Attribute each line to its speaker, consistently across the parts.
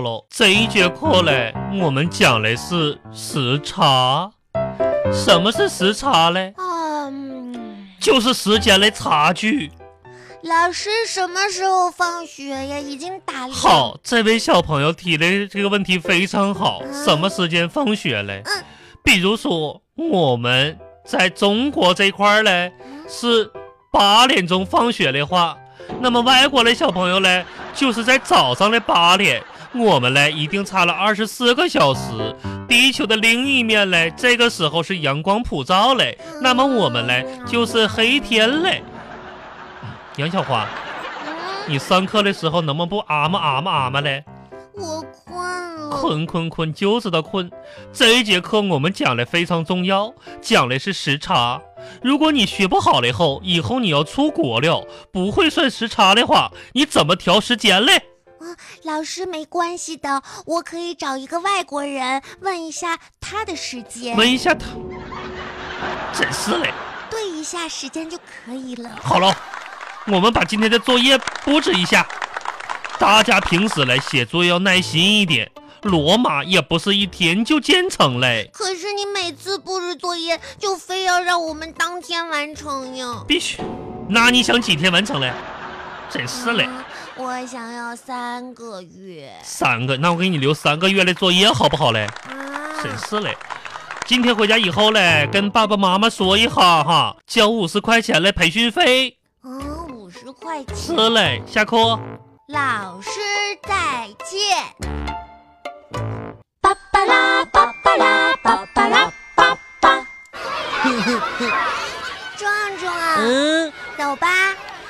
Speaker 1: 喽，这一节课嘞，我们讲的是时差。什么是时差嘞？
Speaker 2: 嗯，
Speaker 1: 就是时间的差距。
Speaker 2: 老师什么时候放学呀？已经打铃。
Speaker 1: 好，这位小朋友提的这个问题非常好。
Speaker 2: 嗯
Speaker 1: 什么时间放学嘞？
Speaker 2: 嗯
Speaker 1: 比如说我们在中国这块儿嘞
Speaker 2: 嗯
Speaker 1: 是八点钟放学的话，那么外国的小朋友嘞就是在早上的八点。我们嘞一定差了二十四个小时。地球的另一面嘞，这个时候是阳光普照嘞，
Speaker 2: 嗯
Speaker 1: 那么我们嘞就是黑天嘞。杨小花，
Speaker 2: 嗯，
Speaker 1: 你上课的时候能不能不啊嘛啊嘛啊嘛嘞？
Speaker 2: 我困了。
Speaker 1: 困困困，就知道困。这一节课我们讲的非常重要，讲的是时差。如果你学不好了以后，以后你要出国了，不会算时差的话，你怎么调时间嘞？
Speaker 2: 老师没关系的，我可以找一个外国人问一下他的时间，
Speaker 1: 问一下他，真是嘞。
Speaker 2: 对一下时间就可以了。
Speaker 1: 好了，我们把今天的作业布置一下。大家平时来写作业要耐心一点，罗马也不是一天就建成嘞。
Speaker 2: 可是你每次布置作业就非要让我们当天完成呀。
Speaker 1: 必须。那你想几天完成嘞？真是嘞，
Speaker 2: 嗯我想要三个月。
Speaker 1: 三个，那我给你留三个月的作业好不好嘞？
Speaker 2: 啊，
Speaker 1: 真是嘞。今天回家以后嘞，跟爸爸妈妈说一下哈，交五十块钱的培训费。
Speaker 2: 嗯，五十块
Speaker 1: 是
Speaker 2: 钱。
Speaker 1: 嘞，下课。
Speaker 2: 老师再见。
Speaker 3: 巴巴拉巴巴拉巴巴拉巴巴。
Speaker 2: 壮壮啊，
Speaker 3: 嗯
Speaker 2: 走吧。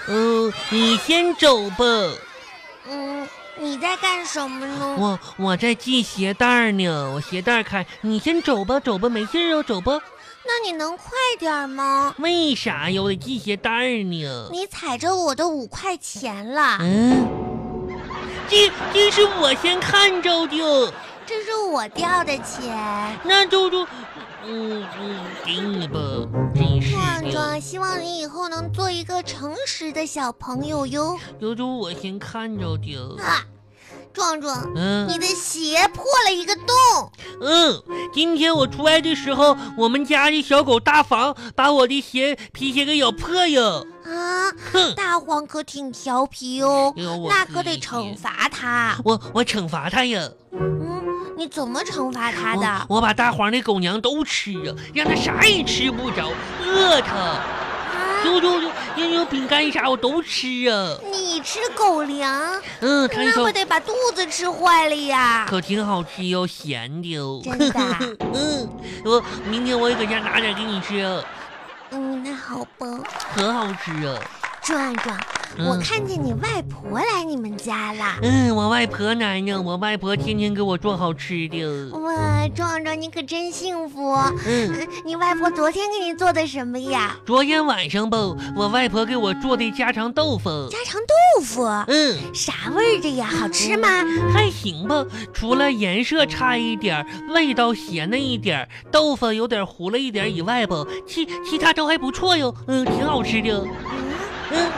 Speaker 3: 嗯，你先走吧，
Speaker 2: 嗯，你在干什么呢？
Speaker 3: 我我在系鞋带儿呢，我鞋带儿开，你先走吧，走吧，没事儿哦，走吧。
Speaker 2: 那你能快点吗？
Speaker 3: 为啥呀？我得系鞋带儿呢。
Speaker 2: 你啊踩着我的五块钱了，
Speaker 3: 嗯，这这是我先看着的，
Speaker 2: 这是我掉的钱。
Speaker 3: 那就就，嗯嗯，给你吧，真是
Speaker 2: 壮
Speaker 3: 的，
Speaker 2: 壮，希望你以后能做一个诚实的小朋友哟。
Speaker 3: 就就我先看着的。
Speaker 2: 啊，壮壮，
Speaker 3: 嗯
Speaker 2: 你的鞋破了一个洞，
Speaker 3: 嗯，今天我出来的时候，我们家的小狗大房把我的鞋皮鞋给咬破呀。
Speaker 2: 啊，
Speaker 3: 哼，
Speaker 2: 大黄可挺调皮哦，
Speaker 3: 哎呦我
Speaker 2: 那可得惩罚它。
Speaker 3: 我我惩罚它呀！
Speaker 2: 嗯，你怎么惩罚它的？
Speaker 3: 我我把大黄的狗粮都吃了，让它啥也吃不着，饿它。
Speaker 2: 啊，
Speaker 3: 就就就，因为有饼干啥我都吃啊。
Speaker 2: 你吃狗粮？
Speaker 3: 嗯，它
Speaker 2: 那
Speaker 3: 说
Speaker 2: 不得把肚子吃坏了呀！
Speaker 3: 可挺好吃哟，咸的哦。
Speaker 2: 真的啊
Speaker 3: 嗯，我明天我也搁家拿点给你吃啊，
Speaker 2: 嗯，那好吧。
Speaker 3: 可好吃啊。
Speaker 2: 壮壮，
Speaker 3: 嗯
Speaker 2: 我看见你外婆来你们家了。
Speaker 3: 嗯，我外婆来呢，我外婆天天给我做好吃的。
Speaker 2: 哇，壮壮，你可真幸福。
Speaker 3: 嗯。
Speaker 2: 嗯你外婆昨天给你做的什么呀？
Speaker 3: 昨天晚上吧，我外婆给我做的家常豆腐，
Speaker 2: 家常豆腐，
Speaker 3: 嗯，
Speaker 2: 啥味儿的呀？好吃吗？
Speaker 3: 还行吧，除了颜色差一点儿，味道咸了一点儿，豆腐有点糊了一点儿以外吧，其其他都还不错哟，嗯，挺好吃的，
Speaker 2: 嗯，
Speaker 3: 嗯，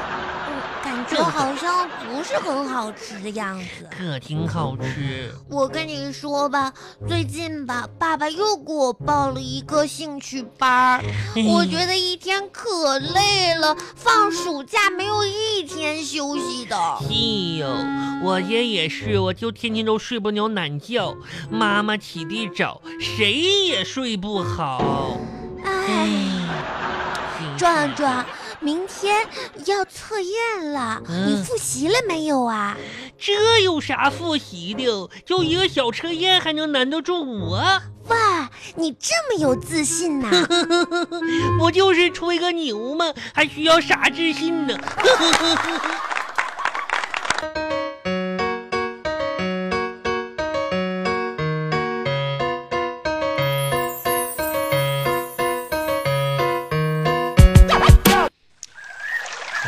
Speaker 2: 感觉好像不是很好吃的样子。
Speaker 3: 可挺好吃。
Speaker 2: 我跟你说吧，最近吧，爸爸又给我报了一个兴趣班儿。
Speaker 1: 嗯
Speaker 2: 我觉得一天可累了，放暑假没有一天休息的。
Speaker 3: 是哟，嗯我爷也是，我就天天都睡不了懒觉，妈妈起得早，谁也睡不好。
Speaker 2: 哎，
Speaker 3: 哎，真是
Speaker 2: 壮壮，明天要测验了，你
Speaker 3: 嗯
Speaker 2: 复习了没有啊？
Speaker 3: 这有啥复习的？就一个小测验，还能难得啊住我？
Speaker 2: 哇，你这么有自信呐、
Speaker 3: 不就是吹个牛吗？还需要啥自信呢？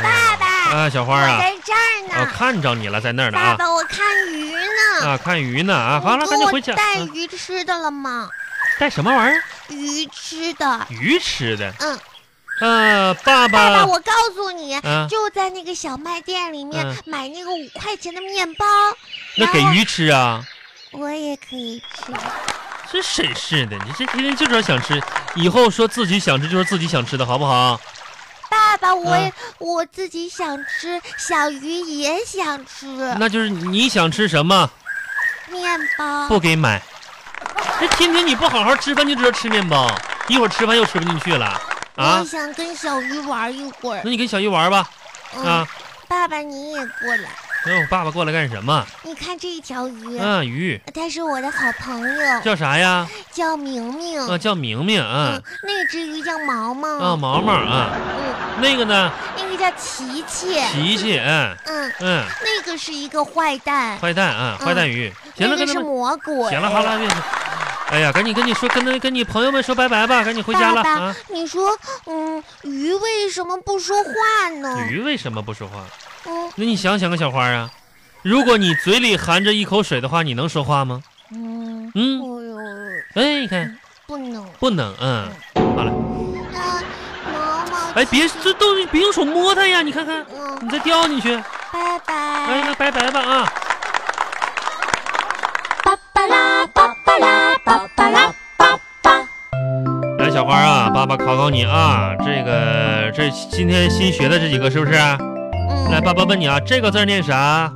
Speaker 2: 爸爸，
Speaker 1: 啊，小花
Speaker 2: 哎我
Speaker 1: 啊，
Speaker 2: 在这儿
Speaker 1: 我
Speaker 2: 呢。
Speaker 1: 看着你了，在那儿呢
Speaker 2: 爸
Speaker 1: 啊
Speaker 2: 爸，我看鱼呢。
Speaker 1: 啊，看鱼呢啊，好了，
Speaker 2: 你
Speaker 1: 赶紧
Speaker 2: 给我
Speaker 1: 回去。
Speaker 2: 带
Speaker 1: 啊
Speaker 2: 鱼吃的了吗？
Speaker 1: 带什么玩意儿？
Speaker 2: 鱼吃的。
Speaker 1: 鱼吃的。
Speaker 2: 嗯，
Speaker 1: 呃，爸
Speaker 2: 爸爸，
Speaker 1: 爸，
Speaker 2: 我告诉你，
Speaker 1: 嗯
Speaker 2: 就在那个小卖店里面
Speaker 1: 嗯
Speaker 2: 买那个五块钱的面包，
Speaker 1: 那
Speaker 2: 然
Speaker 1: 给
Speaker 2: 后
Speaker 1: 鱼吃啊？
Speaker 2: 我也可以吃。
Speaker 1: 这真是的，你这天天就知道想吃，以后说自己想吃就是自己想吃的好不好？
Speaker 2: 爸爸，我也、
Speaker 1: 啊
Speaker 2: 我自己想吃，小鱼也想吃
Speaker 1: 那就是你想吃什么
Speaker 2: 面包。
Speaker 1: 不给买。这天天你不好好吃饭就知道吃面包，一会儿吃饭又吃不进去了
Speaker 2: 我
Speaker 1: 啊？
Speaker 2: 想跟小鱼玩一会儿
Speaker 1: 那。你跟小鱼玩吧
Speaker 2: 嗯，
Speaker 1: 啊！
Speaker 2: 爸爸你也过来，
Speaker 1: 哎我爸爸过来干什么？
Speaker 2: 你看这条鱼，
Speaker 1: 啊，鱼
Speaker 2: 它是我的好朋友，
Speaker 1: 叫啥呀？
Speaker 2: 叫明明。
Speaker 1: 啊，叫明明啊
Speaker 2: 嗯，那只鱼叫毛毛，
Speaker 1: 啊，毛毛啊，
Speaker 2: 嗯，
Speaker 1: 那个呢，
Speaker 2: 那个叫琪琪，
Speaker 1: 琪琪，嗯
Speaker 2: 嗯，
Speaker 1: 嗯，
Speaker 2: 那个是一个坏蛋，
Speaker 1: 坏蛋啊，坏蛋鱼。行了，
Speaker 2: 嗯那
Speaker 1: 跟
Speaker 2: 个
Speaker 1: 他
Speaker 2: 是
Speaker 1: 们
Speaker 2: 魔鬼。
Speaker 1: 行了，好了，别说。哎呀，赶紧跟你说，跟那跟你朋友们说拜拜吧，赶紧回家了
Speaker 2: 爸爸，
Speaker 1: 啊！
Speaker 2: 你说，嗯，鱼为什么不说话呢？
Speaker 1: 鱼为什么不说话？
Speaker 2: 嗯
Speaker 1: 那你想想个小花啊，如果你嘴里含着一口水的话，你能说话吗？
Speaker 2: 嗯，哎
Speaker 1: 嗯，
Speaker 2: 呦，
Speaker 1: 哎，你看
Speaker 2: 不能。
Speaker 1: 不能，嗯，好了，
Speaker 2: 啊，毛毛，
Speaker 1: 哎，别这都别用手摸它呀，你看看，
Speaker 2: 嗯，
Speaker 1: 你再掉进去，
Speaker 2: 拜
Speaker 1: 哎，
Speaker 2: 拜。
Speaker 1: 那拜拜吧啊！
Speaker 2: 巴巴拉，巴巴拉，巴巴拉，巴巴。
Speaker 1: 来，小花啊，爸爸考考你啊，这个这今天新学的这几个是不是？啊来，
Speaker 2: 嗯，
Speaker 1: 爸爸问你啊，这个字儿念啥？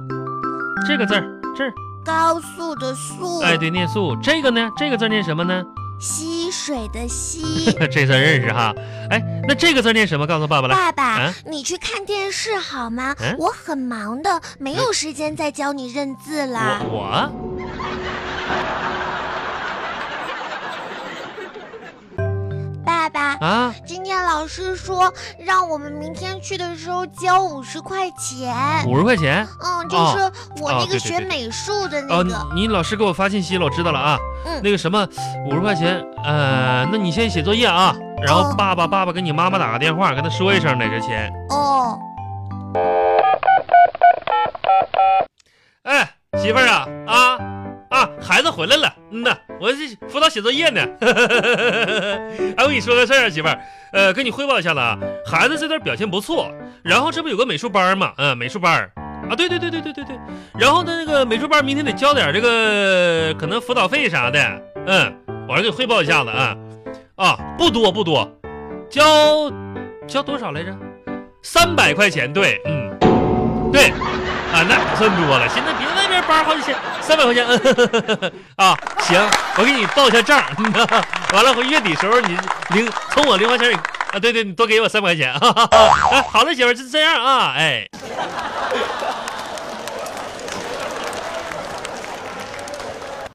Speaker 1: 这个字儿，这儿，
Speaker 2: 高速的速，
Speaker 1: 哎，对，念素。这个呢？这个字儿念什么呢？
Speaker 2: 溪水的溪。
Speaker 1: 这字儿认识哈。哎，那这个字儿念什么？告诉爸爸来。
Speaker 2: 爸爸
Speaker 1: 啊，
Speaker 2: 你去看电视好吗
Speaker 1: 嗯？
Speaker 2: 我很忙的，没有时间再教你认字啦。
Speaker 1: 我我。
Speaker 2: 爸爸，
Speaker 1: 啊，
Speaker 2: 今天老师说让我们明天去的时候交五十块钱。
Speaker 1: 五十块钱
Speaker 2: 嗯，这
Speaker 1: 哦
Speaker 2: 是我
Speaker 1: 哦对
Speaker 2: 那个
Speaker 1: 对
Speaker 2: 学
Speaker 1: 对
Speaker 2: 美术的那
Speaker 1: 哦
Speaker 2: 个。，
Speaker 1: 你老师给我发信息了，我知道了啊。
Speaker 2: 嗯
Speaker 1: 那个什么，五十块钱，呃，那你先写作业啊，然后
Speaker 2: 哦
Speaker 1: 爸爸、爸爸给你妈妈打个电话，跟他说一声哪个钱。
Speaker 2: 哦，
Speaker 1: 哎，媳妇儿啊啊啊，孩子回来了，嗯呐，我这辅导写作业呢。 哎，我跟你说个事儿啊，媳妇儿，呃，跟你汇报一下子啊，孩子这段表现不错，然后这不有个美术班儿嘛，嗯、美术班儿。啊，对对对对对对对，然后呢，那个美术班明天得交点这个可能辅导费啥的，嗯，我来给你汇报一下子啊，啊，不多不多，交交多少来着？三百块钱，对，嗯，对，啊，那可算多了。现在别外边班好几千，三百块钱，嗯啊，行，我给你报一下账。完了，回月底时候你零从我零花钱里啊啊，对对，你多给我三百块钱。啊、哎，好了，媳妇儿，就这样啊，哎。